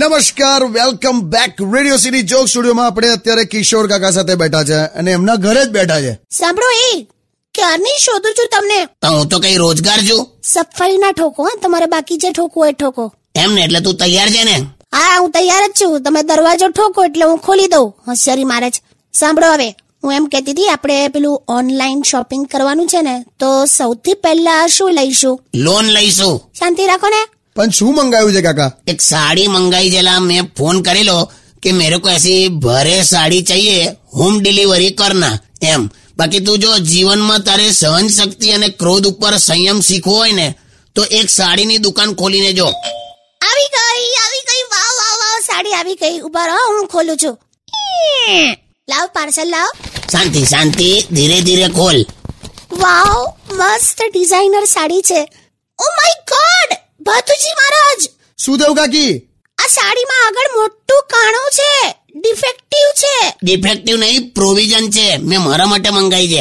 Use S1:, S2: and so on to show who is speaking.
S1: નમસ્કાર welcome back radio city joke સ્ટુડિયોમાં આપણે અત્યારે કિશોર કાકા સાથે બેઠા છે અને એમના ઘરે જ બેઠા છે
S2: સાંભળો એ ક્યારની શોધું છું તમને
S3: તો હું તો કઈ રોજગાર છું
S2: સફાઈ ના ઠોકો હા તમારે બાકી જે ઠોકવું હોય એ ઠોકો
S3: એમ ને એટલે તું તૈયાર છે ને
S2: હા હું તૈયાર જ છું તમે દરવાજો ઠોકો એટલે હું ખોલી દઉં હોશિયારી મારે જ સાંભળો હવે હું એમ કહેતી હતી આપણે પેલું ઓનલાઈન શોપિંગ કરવાનું છે ને તો સૌથી પહેલા શું લઈશું
S3: લોન લઈશું
S2: શાંતિ રાખો ને
S1: પણ શું મંગાવ્યું છે કાકા
S3: એક સાડી મંગાઈ જેલા મેં ફોન કરેલો કે મેરે કો એસી ભરે સાડી ચાહીએ હોમ ડિલિવરી કરના એમ બાકી તું જો જીવનમાં તારે સહન શક્તિ અને ક્રોધ ઉપર સંયમ શીખવો હોય ને તો એક સાડીની દુકાન ખોલીને જો
S2: આવી ગઈ આવી ગઈ વાહ વાહ વાહ સાડી આવી ગઈ ઉભા રહો હું ખોલું છું લાવ પાર્સલ લાવ
S3: શાંતિ શાંતિ ધીરે ધીરે ખોલ
S2: વાવ મસ્ત ડિઝાઇનર સાડી છે Oh oh my god Bhatuji મહારાજ
S1: શું થયું કાકી
S2: આ સાડીમાં આગળ મોટું કાણું છે ડિફેક્ટિવ છે
S3: ડિફેક્ટિવ નહીં પ્રોવિઝન છે મેં મારા માટે મંગાઈ છે